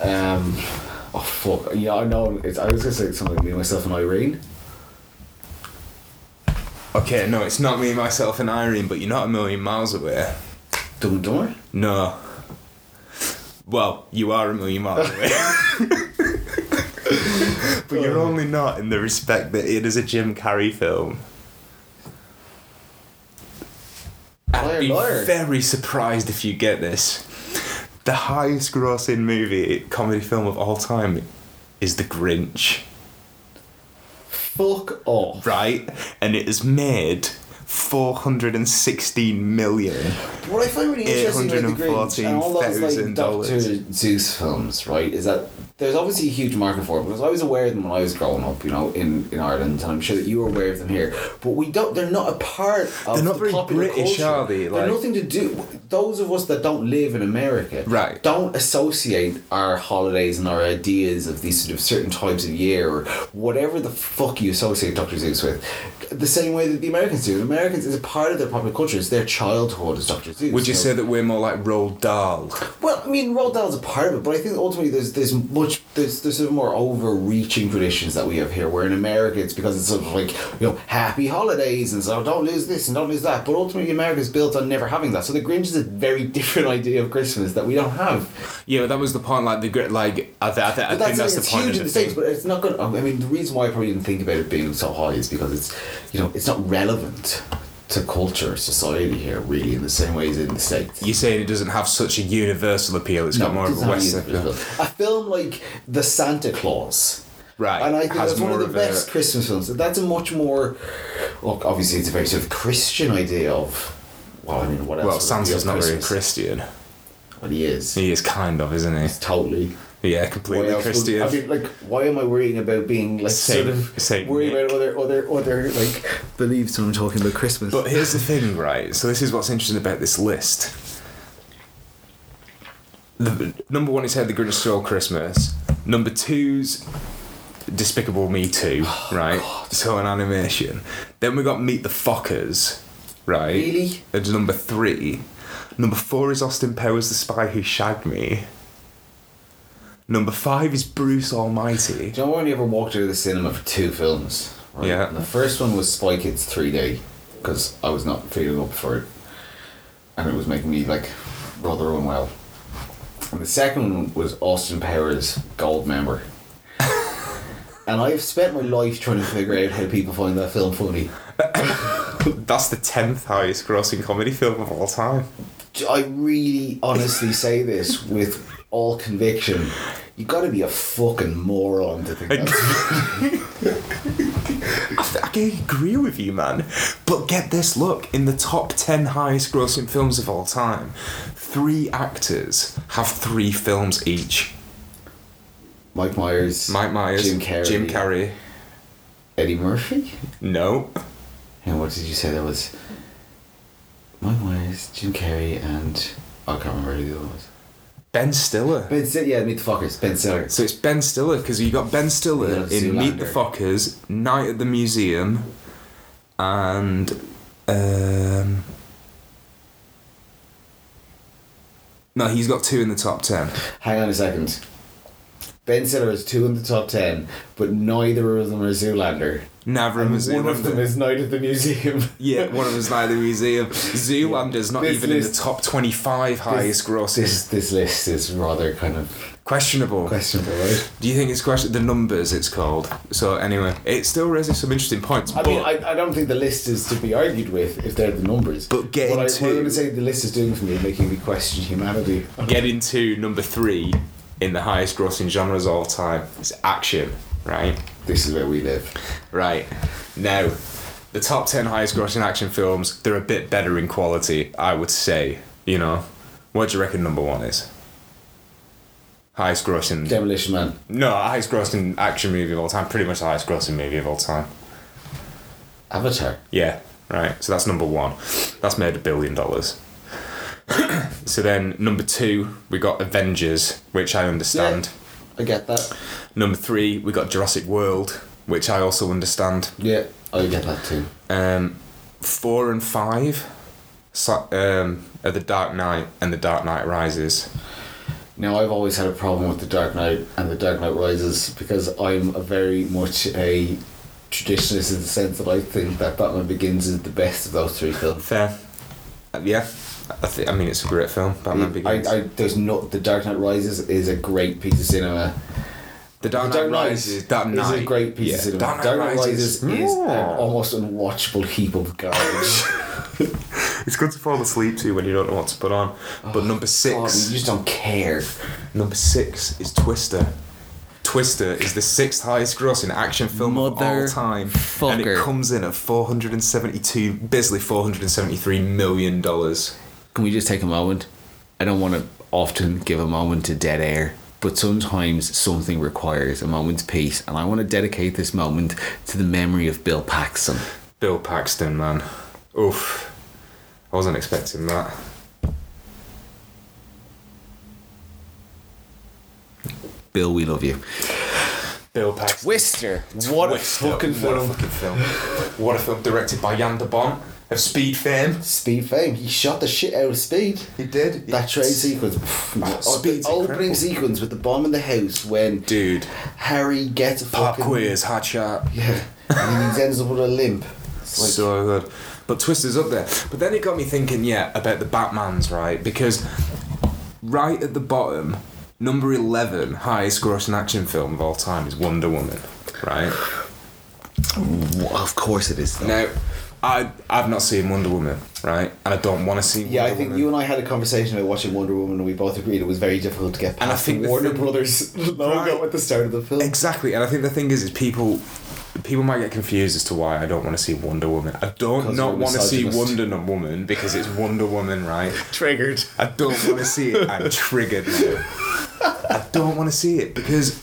Speaker 4: Um, oh fuck! Yeah, I know. It's, I was gonna say something between myself and Irene.
Speaker 2: Okay, no, it's not me, myself, and Irene, but you're not a million miles away.
Speaker 4: Dumb and Dumber.
Speaker 2: No. Well, you are a million miles away. but you're only not in the respect that it is a Jim Carrey film.
Speaker 4: Liar,
Speaker 2: Be
Speaker 4: liar.
Speaker 2: very surprised if you get this. The highest grossing movie, comedy film of all time, is The Grinch,
Speaker 4: Fuck off.
Speaker 2: right? And it has made 416 million.
Speaker 4: What I find really interesting about the Grinch and all those like Doctor
Speaker 2: $814,000.
Speaker 4: Zeus films, right, is that there's obviously a huge market for it because I was aware of them when I was growing up, you know, in, in Ireland, and I'm sure that you were aware of them here. But we don't; they're not a part of
Speaker 2: They're not
Speaker 4: the
Speaker 2: very
Speaker 4: popular
Speaker 2: British,
Speaker 4: culture.
Speaker 2: are they?
Speaker 4: they're
Speaker 2: Like-
Speaker 4: nothing to do. Those of us that don't live in America,
Speaker 2: Right.
Speaker 4: don't associate our holidays and our ideas of these sort of certain times of year or whatever the fuck you associate Dr. Zeus with. The same way that the Americans do. The Americans is a part of their popular culture. It's their childhood is Dr. Zeus.
Speaker 2: Would you
Speaker 4: know?
Speaker 2: say that we're more like Roald Dahl?
Speaker 4: Well, I mean, Roald Dahl's a part of it, but I think ultimately there's there's much there's there's sort of more overreaching traditions that we have here. Where in America, it's because it's sort of like you know happy holidays and so don't lose this and don't lose that. But ultimately, America's built on never having that. So the Grinch is a very different idea of Christmas that we don't have.
Speaker 2: Yeah, but that was the point. Like the gr- like I, th- I, th- I
Speaker 4: But
Speaker 2: think
Speaker 4: that's,
Speaker 2: that's the
Speaker 4: it's
Speaker 2: point.
Speaker 4: huge
Speaker 2: of
Speaker 4: in
Speaker 2: it.
Speaker 4: the states, but it's not going. to I mean, the reason why I probably didn't think about it being so high is because it's you know it's not relevant to culture society here really in the same way as in the states.
Speaker 2: You're saying it doesn't have such a universal appeal. It's got more of
Speaker 4: it's
Speaker 2: a
Speaker 4: not
Speaker 2: Western.
Speaker 4: musical. A film like The Santa Claus.
Speaker 2: Right,
Speaker 4: And I think
Speaker 2: has
Speaker 4: that's one of
Speaker 2: more of
Speaker 4: the
Speaker 2: a-
Speaker 4: best Christmas films. That's a much more look, obviously it's a very sort of Christian idea of well, I mean what
Speaker 2: Well,
Speaker 4: else? would it be
Speaker 2: Santa's
Speaker 4: of
Speaker 2: not very
Speaker 4: Christmas?
Speaker 2: Christian.
Speaker 4: Well he is.
Speaker 2: He is kind of, isn't he?
Speaker 4: Totally.
Speaker 2: Yeah,
Speaker 4: Why
Speaker 2: completely
Speaker 4: else would-
Speaker 2: Christian.
Speaker 4: I mean, like, why am I worrying about being like
Speaker 2: Saint-
Speaker 4: sort of
Speaker 2: Saint
Speaker 4: worrying
Speaker 2: Nick.
Speaker 4: about other other other like beliefs when I'm talking about Christmas?
Speaker 2: But here's the thing, right? So this is what's interesting about this list. The, number one is How the Grinch Stole Christmas. Number two's Despicable Me Too, right? so an animation. Then we got Meet the Fockers, right?
Speaker 4: Really?
Speaker 2: That's number three. Number four is Austin Powers, The Spy Who Shagged Me. Number five is Bruce Almighty.
Speaker 4: Do you know I only ever walked out of the cinema for two films? Right?
Speaker 2: Yeah.
Speaker 4: And the first one was Spy Kids 3D because I was not feeling up for it and it was making me like rather unwell. And the second one was Austin Powers Gold Member. and I've spent my life trying to figure out how people find that film funny.
Speaker 2: That's the tenth highest grossing comedy film of all time.
Speaker 4: I really honestly say this with all conviction. You gotta be a fucking moron to think that's
Speaker 2: I can agree with you, man. But get this look in the top 10 highest grossing films of all time, three actors have three films each
Speaker 4: Mike Myers,
Speaker 2: Mike Myers,
Speaker 4: Jim Carrey,
Speaker 2: Jim Carrey.
Speaker 4: Eddie Murphy.
Speaker 2: No.
Speaker 4: And what did you say there was? Mike Myers, Jim Carrey, and oh, I can't remember who the other was.
Speaker 2: Ben Stiller.
Speaker 4: Ben Stiller, yeah, meet the fuckers. Ben Stiller.
Speaker 2: So it's Ben Stiller because you got Ben Stiller
Speaker 4: Yeah,
Speaker 2: in Meet the
Speaker 4: Zoolander.
Speaker 2: Fockers, Night at the Museum, and um, no, he's got two in the top ten.
Speaker 4: Hang on a second. Ben Stiller is two in the top ten, but neither of them are Zoolander.
Speaker 2: Never
Speaker 4: And
Speaker 2: a Zoolander.
Speaker 4: one of them is Night at the Museum.
Speaker 2: Yeah, one of them's neither museum. Zoolander's not
Speaker 4: This
Speaker 2: even in the
Speaker 4: list-
Speaker 2: top 25 highest grosses.
Speaker 4: This this list is rather kind of
Speaker 2: Questionable.
Speaker 4: questionable, right?
Speaker 2: Do you think it's question the numbers? It's called. So anyway, it still raises some interesting points.
Speaker 4: I
Speaker 2: but
Speaker 4: mean, I, I don't think the list is to be argued with if they're the numbers.
Speaker 2: But getting
Speaker 4: what I,
Speaker 2: to-
Speaker 4: what I'm going to say the list is doing for me, making me question humanity.
Speaker 2: getting to number three in the highest grossing genres of all time is action, right?
Speaker 4: This is where we live.
Speaker 2: Right. Now, the top 10 highest grossing action films, they're a bit better in quality, I would say. You know, what do you reckon number one is? Highest grossing.
Speaker 4: Demolition Man.
Speaker 2: No, highest grossing action movie of all time. Pretty much the highest grossing movie of all time.
Speaker 4: Avatar.
Speaker 2: Yeah, right. So that's number one. That's made a billion dollars. so then number two, we got Avengers, which I understand.
Speaker 4: I get that.
Speaker 2: Number three, we got Jurassic World, which I also understand.
Speaker 4: Yeah, I get that too.
Speaker 2: Um, four and five so- um, are The Dark Knight and The Dark Knight Rises.
Speaker 4: Now I've always had a problem with the Dark Knight and the Dark Knight Rises because I'm a very much a traditionalist in the sense that I think that Batman Begins is the best of those three films.
Speaker 2: Fair. Uh, Yeah. I, th- I mean, it's a great film. Batman
Speaker 4: I,
Speaker 2: Begins.
Speaker 4: I, there's no the Dark Knight Rises is a great piece of cinema.
Speaker 2: the Dark Knight Rises. That
Speaker 4: is
Speaker 2: night.
Speaker 4: a great piece of cinema.
Speaker 2: Dark Knight Rises.
Speaker 4: Rises, is an
Speaker 2: Mm.
Speaker 4: almost unwatchable heap of garbage.
Speaker 2: It's good to fall asleep to when you don't know what to put on. But number
Speaker 4: God,
Speaker 2: six,
Speaker 4: you just don't care.
Speaker 2: number six is Twister. Twister is the sixth highest grossing action film of all
Speaker 1: Mother
Speaker 2: time, and it
Speaker 1: fucker.
Speaker 2: comes in at four hundred and seventy-two, basically four hundred and seventy-three million dollars.
Speaker 1: Can we just take a moment? I don't want to often give a moment to dead air, but sometimes something requires a moment's peace, and I want to dedicate this moment to the memory of Bill Paxton.
Speaker 2: Bill Paxton, man, oof, I wasn't expecting that.
Speaker 1: Bill, we love you.
Speaker 2: Bill Paxton.
Speaker 1: Twister.
Speaker 4: What a
Speaker 2: Twister.
Speaker 4: fucking
Speaker 2: What a
Speaker 4: film.
Speaker 2: fucking film. What a film directed by Jan de Bont of Speed fame.
Speaker 4: Speed fame. He shot the shit out of Speed.
Speaker 2: He did.
Speaker 4: That train sequence, oh, the
Speaker 2: Speed's
Speaker 4: opening
Speaker 2: incredible.
Speaker 4: sequence with the bomb in the house when
Speaker 2: Dude.
Speaker 4: Harry gets a
Speaker 2: Pop
Speaker 4: fucking
Speaker 2: quiz, hot shot.
Speaker 4: Yeah, and he ends up with a limp. It's like,
Speaker 2: so good. But Twister's up there. But then it got me thinking, yeah, about the Batmans, right? Because right at the bottom, number 11 highest grossing action film of all time is Wonder Woman, right?
Speaker 1: Of course it is. Though.
Speaker 2: Now, I, I've not seen Wonder Woman, right? And I don't want to see
Speaker 4: yeah, I
Speaker 2: Wonder
Speaker 4: think
Speaker 2: Woman.
Speaker 4: you and I had a conversation about watching Wonder Woman, and we both agreed it was very difficult to get past
Speaker 2: And I think
Speaker 4: the
Speaker 2: the
Speaker 4: Warner
Speaker 2: thing-
Speaker 4: Brothers logo
Speaker 2: Right.
Speaker 4: at the start of the film.
Speaker 2: Exactly, and I think the thing is, is people people might get confused as to why I don't want to see Wonder Woman. I don't
Speaker 4: Because
Speaker 2: not
Speaker 4: we're
Speaker 2: want to see
Speaker 4: misogynist.
Speaker 2: Wonder Woman because it's Wonder Woman, right?
Speaker 1: Triggered.
Speaker 2: I don't want to see it. I'm triggered now. I don't want to see it because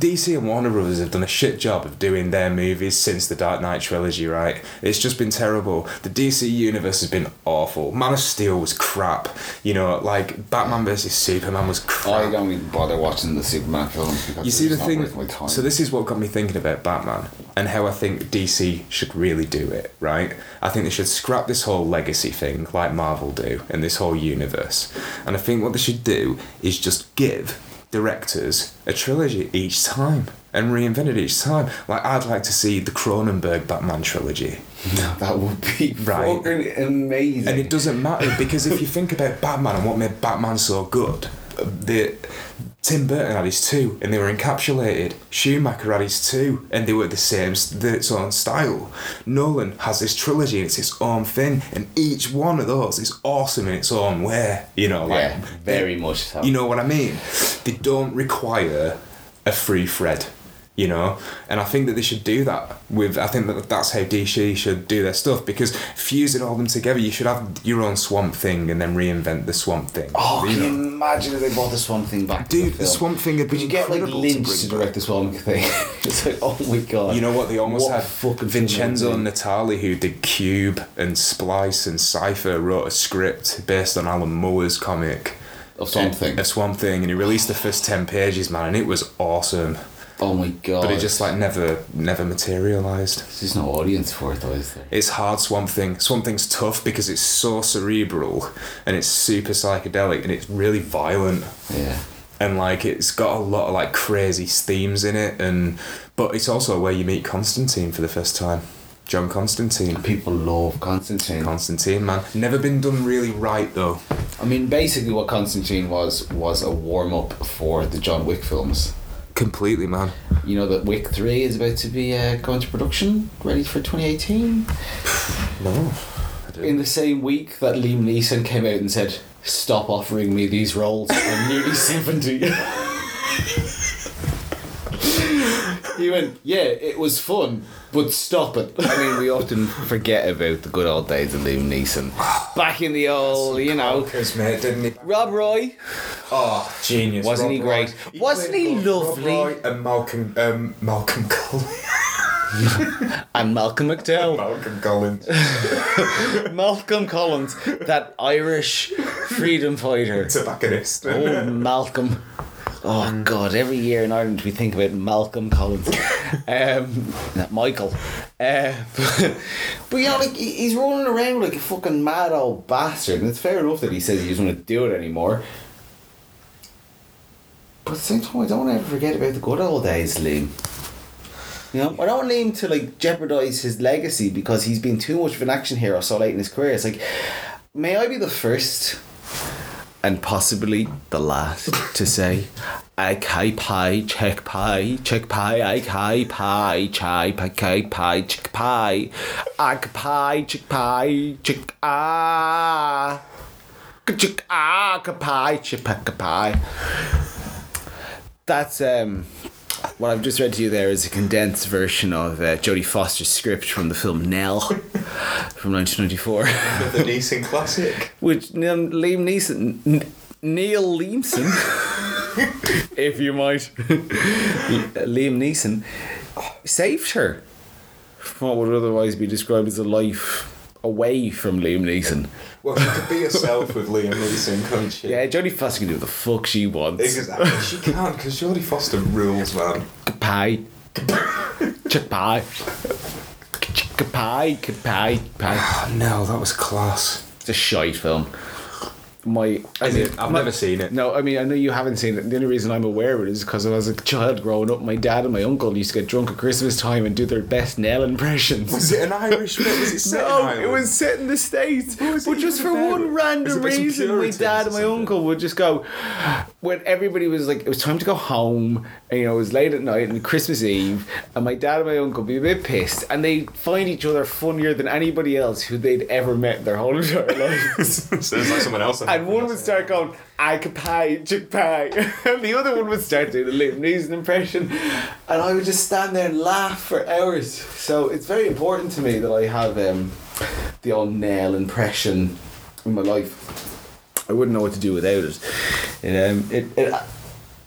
Speaker 2: DC and Warner Brothers have done a shit job of doing their movies since the Dark Knight trilogy, right? It's just been terrible. The DC universe has been awful. Man of Steel was crap. You know, like Batman versus Superman was crap.
Speaker 4: I don't even bother watching the Superman films because
Speaker 2: You see
Speaker 4: it's
Speaker 2: the
Speaker 4: not
Speaker 2: thing.
Speaker 4: worth my time.
Speaker 2: So this is what got me thinking about Batman and how I think DC should really do it. Right? I think they should scrap this whole legacy thing, like Marvel do, and this whole universe. And I think what they should do is just give directors a trilogy each time and reinvent it each time. Like I'd like to see the Cronenberg Batman trilogy.
Speaker 4: that would be
Speaker 2: Right.
Speaker 4: fucking amazing.
Speaker 2: And it doesn't matter because if you think about Batman and what made Batman so good, the Tim Burton had his two, and they were encapsulated. Schumacher had his two, and they were the same, s- the- its own style. Nolan has this trilogy, and it's its own thing, and each one of those is awesome in its own way. You know, like
Speaker 4: yeah, very much. So.
Speaker 2: you know what I mean? They don't require a free thread, you know? And I think that they should do that with, I think that that's how DC should do their stuff because fusing all them together, you should have your own swamp thing and then reinvent the swamp thing.
Speaker 4: Oh,
Speaker 2: you
Speaker 4: can you
Speaker 2: know?
Speaker 4: imagine if they brought the Swamp Thing back? to
Speaker 2: Dude,
Speaker 4: the,
Speaker 2: the
Speaker 4: film?
Speaker 2: Swamp Thing had
Speaker 4: Would
Speaker 2: been
Speaker 4: you get like
Speaker 2: incredible to
Speaker 4: Lynch to,
Speaker 2: bring
Speaker 4: direct the Swamp Thing? it's like, oh my god.
Speaker 2: You know what? They almost
Speaker 4: What
Speaker 2: had
Speaker 4: fucking
Speaker 2: Vincenzo
Speaker 4: film would it
Speaker 2: Natali, who did Cube and Splice and Cipher, wrote a script based on Alan Moore's comic.
Speaker 4: be? Of Swamp Thing.
Speaker 2: A Swamp Thing, and he released the first 10 pages, man, and it was awesome.
Speaker 4: Oh my god.
Speaker 2: but it just like never never materialized
Speaker 4: There's no audience for it, though, is there?
Speaker 2: it's hard swamp thing swamp thing's tough because it's so cerebral and it's super psychedelic and it's really violent
Speaker 4: Yeah.
Speaker 2: and like it's got a lot of like crazy themes in it and but it's also where you meet constantine for the first time john constantine
Speaker 4: People love Constantine.
Speaker 2: constantine man never been done really right though
Speaker 4: I mean, basically, what Constantine was was a warm up for the John Wick films.
Speaker 2: completely man
Speaker 4: You know that Wick 3 is about to be uh, going to production, ready for 2018.
Speaker 2: no
Speaker 4: In the same week that Liam Neeson came out and said, Stop offering me these roles, I'm nearly 70. he went, Yeah, it was fun, but stop it.
Speaker 1: I mean, we often forget about the good old days of Liam Neeson.
Speaker 4: Back in the old, you know.
Speaker 2: because mate didn't he
Speaker 4: Rob Roy,
Speaker 2: oh genius
Speaker 1: Wasn't he great? Wasn't he
Speaker 2: played both Rob
Speaker 1: lovely?
Speaker 2: Roy and malcolm um, malcolm Cullen
Speaker 1: And Malcolm McDowell,
Speaker 2: Malcolm Collins.
Speaker 1: Malcolm Collins, that Irish freedom fighter.
Speaker 2: Tobacconist.
Speaker 1: Oh, Malcolm. Oh, God. Every year in Ireland, we think about Malcolm Collins. Um, not Michael. Uh,
Speaker 4: but you know, like he- he's rolling around like a fucking mad old bastard, and it's fair enough that he says he doesn't want to do it anymore. But at the same time, I don't ever forget about the good old days, Liam. You know, I don't want Liam to like jeopardize his legacy because he's been too much of an action hero so late in his career. It's like May I be the first and possibly the last to say I kai pie check pie check pie I kai pie chai pie kai pie chick pie ag pie chick pie chick ah chick ah ka pie chick pie ka pie that's um what I've just read to you there is a condensed version of uh, Jodie Foster's script from the film Nell from 1994
Speaker 2: The Neeson classic.
Speaker 4: which Neil, Liam Neeson, N- Neil Leamson, if you might, Liam Neeson saved her from what would otherwise be described as a life away from Liam Neeson.
Speaker 2: Well, she could be herself with Liam Neeson, couldn't she?
Speaker 4: Yeah, Jodie Foster can do what the fuck she wants.
Speaker 2: Exactly. She can't because Jodie Foster rules, man.
Speaker 4: Kapai. Chapai. Kapai, kapai, kapai.
Speaker 2: Oh, no, that was class.
Speaker 4: It's a shite film. My, I
Speaker 2: Is
Speaker 4: mean,
Speaker 2: it? I've
Speaker 4: my-
Speaker 2: never seen it.
Speaker 4: No, I mean, I know you haven't seen it. The only reason I'm aware of it is because when I was a child growing up, my dad and my uncle used to get drunk at Christmas time and do their best Nell impressions.
Speaker 2: Was it an Irish bit? Was it set in
Speaker 4: No,
Speaker 2: Ireland?
Speaker 4: it was set in the States.
Speaker 2: was
Speaker 4: But
Speaker 2: it
Speaker 4: just for
Speaker 2: even about?
Speaker 4: one
Speaker 2: Was it
Speaker 4: random
Speaker 2: about some
Speaker 4: reason, my
Speaker 2: Puritans
Speaker 4: dad and
Speaker 2: or
Speaker 4: my
Speaker 2: something?
Speaker 4: uncle would just go, when everybody was like, it was time to go home, and you know, it was late at night and Christmas Eve, and my dad and my uncle would be a bit pissed, and they'd find each other funnier than anybody else who they'd ever met in their whole entire lives.
Speaker 2: Sounds like someone else.
Speaker 4: And one would start going, I could pie, chick pie. And the other one would start doing a Liam Neeson impression. And I would just stand there and laugh for hours. So it's very important to me that I have um, the old nail impression in my life. I wouldn't know what to do without it. It, um, it, it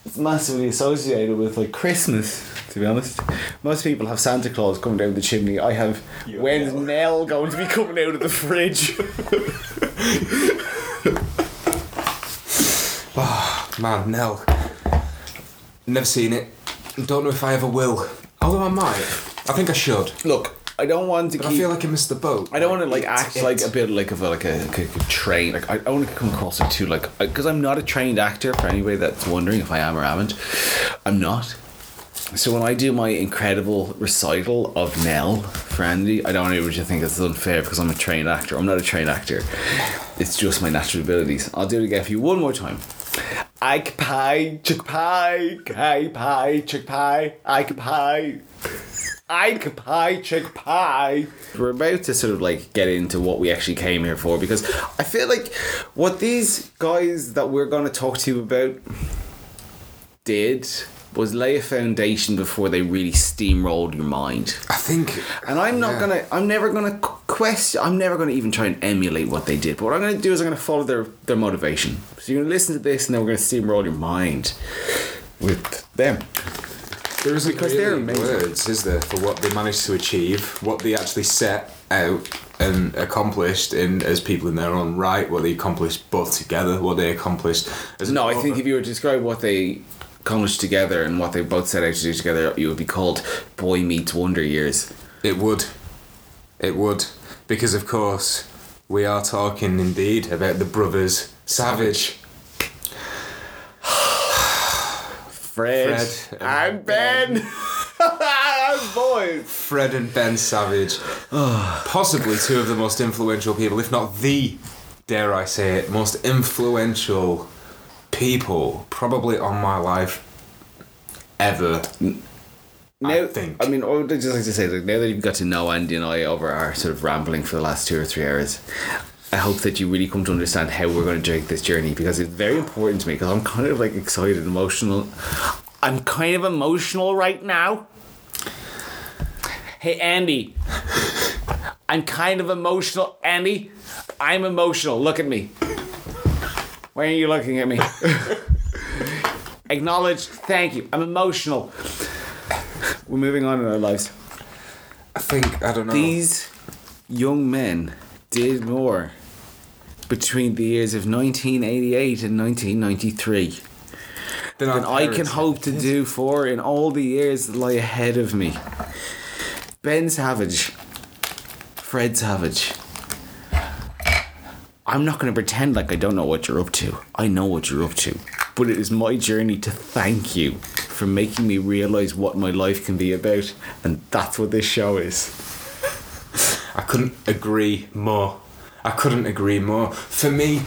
Speaker 4: it's massively associated with like Christmas, to be honest. Most people have Santa Claus coming down the chimney. I have
Speaker 2: You have
Speaker 4: when's
Speaker 2: Nell."
Speaker 4: Nell going to be coming out of the fridge?
Speaker 2: Man, Nell. Never seen it. Don't know if I ever will. Although I might. I think I should.
Speaker 4: Look, I don't want to
Speaker 2: But
Speaker 4: keep
Speaker 2: I feel like I missed the boat.
Speaker 4: I don't want to like act
Speaker 2: it-
Speaker 4: like a bit like of a, like a, like a train. Like I don't want to come across it too like because I'm not a trained actor. For anybody that's wondering if I am or haven't, I'm not. So when I do my incredible recital of Nell for Andy, I don't want anybody to think it's unfair because I'm a trained actor. I'm not a trained actor. It's just my natural abilities. I'll do it again for you one more time. I pie, chick pie, kai pie, chick pie, I pie. I could pie chick pie. We're about to sort of like get into what we actually came here for because I feel like what these guys that we're going to talk to you about did was lay a foundation before they really steamrolled your mind.
Speaker 2: I think.
Speaker 4: And I'm not
Speaker 2: Yeah.
Speaker 4: gonna. I'm never gonna qu- question. I'm never gonna even try and emulate what they did. But what I'm gonna do is I'm gonna follow their their motivation. So you're gonna listen to this, and then we're gonna steamroll your mind with them.
Speaker 2: There isn't
Speaker 4: Because they're
Speaker 2: really
Speaker 4: amazing.
Speaker 2: words, is there, for what they managed to achieve, what they actually set out and accomplished in as people in their own right, what they accomplished both together, what they accomplished as
Speaker 4: No,
Speaker 2: an
Speaker 4: I think if you were to describe what they accomplished together and what they both set out to do together, it would be called Boy Meets Wonder Years.
Speaker 2: It would. It would. Because, of course, we are talking indeed about the brothers Savage.
Speaker 4: Fred,
Speaker 2: Fred and
Speaker 4: and Ben. That's boys.
Speaker 2: Fred and Ben Savage. Possibly two of the most influential people, if not the, dare I say it, most influential people probably on my life ever.
Speaker 4: Now, I,
Speaker 2: think.
Speaker 4: mean, I would just like to say, like, now that you've got to know Andy and I over our sort of rambling for the last two or three hours, I hope that you really come to understand how we're going to take this journey because it's very important to me because I'm kind of like excited, and emotional. I'm kind of emotional right now. Hey, Andy. I'm kind of emotional, Andy. I'm emotional. Look at me. Why are you looking at me? Acknowledge. Thank you. I'm emotional. We're moving on in our lives.
Speaker 2: I think, I don't know.
Speaker 4: These young men did more between the years of 1988 and 1993
Speaker 2: than
Speaker 4: than I can hope to do for in all the years that lie ahead of me. Ben Savage, Fred Savage. I'm not going to pretend like I don't know what you're up to. I know what you're up to. But it is my journey to thank you for making me realize what my life can be about. And that's what this show is.
Speaker 2: I couldn't agree more. I couldn't agree more. For me,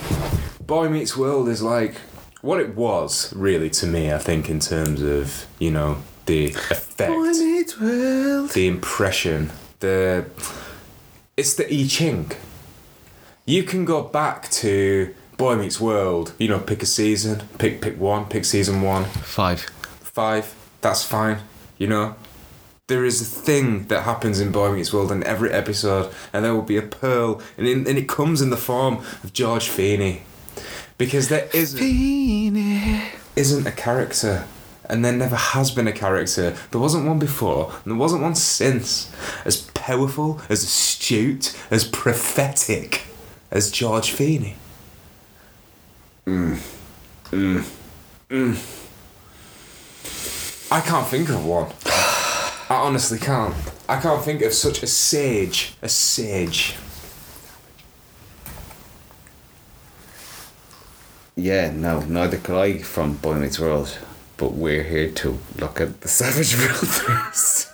Speaker 2: Boy Meets World is like what it was really to me. I think in terms of you know the effect,
Speaker 1: Meets World.
Speaker 2: the impression, the it's the I Ching. You can go back to Boy Meets World. You know, pick a season, pick pick one, pick season one
Speaker 4: Five.
Speaker 2: five, that's fine, you know? There is a thing that happens in Boy Meets World in every episode, and there will be a pearl, and, in, and it comes in the form of George Feeney. Because there isn't, isn't a character, and there never has been a character. There wasn't one before, and there wasn't one since. As powerful, as astute, as prophetic as George Feeney. I can't think of one. I honestly can't. I can't think of such a sage. A sage.
Speaker 4: Yeah, no, neither could I from Boy Meets World. But we're here to look at the Savage Brothers.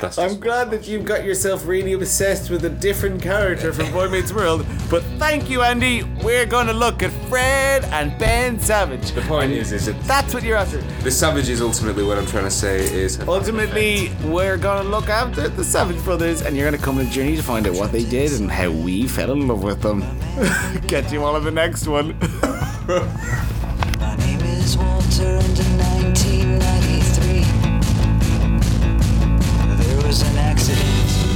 Speaker 2: That's
Speaker 4: I'm glad that you've got yourself really obsessed with a different character from Boy Meets World. But thank you, Andy. We're going to look at Fred and Ben Savage.
Speaker 2: the point is, is that
Speaker 4: That's what you're after.
Speaker 2: the savage is ultimately what I'm trying to say is.
Speaker 4: Ultimately, we're going to look after the Savage Brothers, and you're going to come on a journey to find out what they did and how we fell in love with them. Catch you all in the next one.
Speaker 3: My name is Walter and in 1993 there was an accident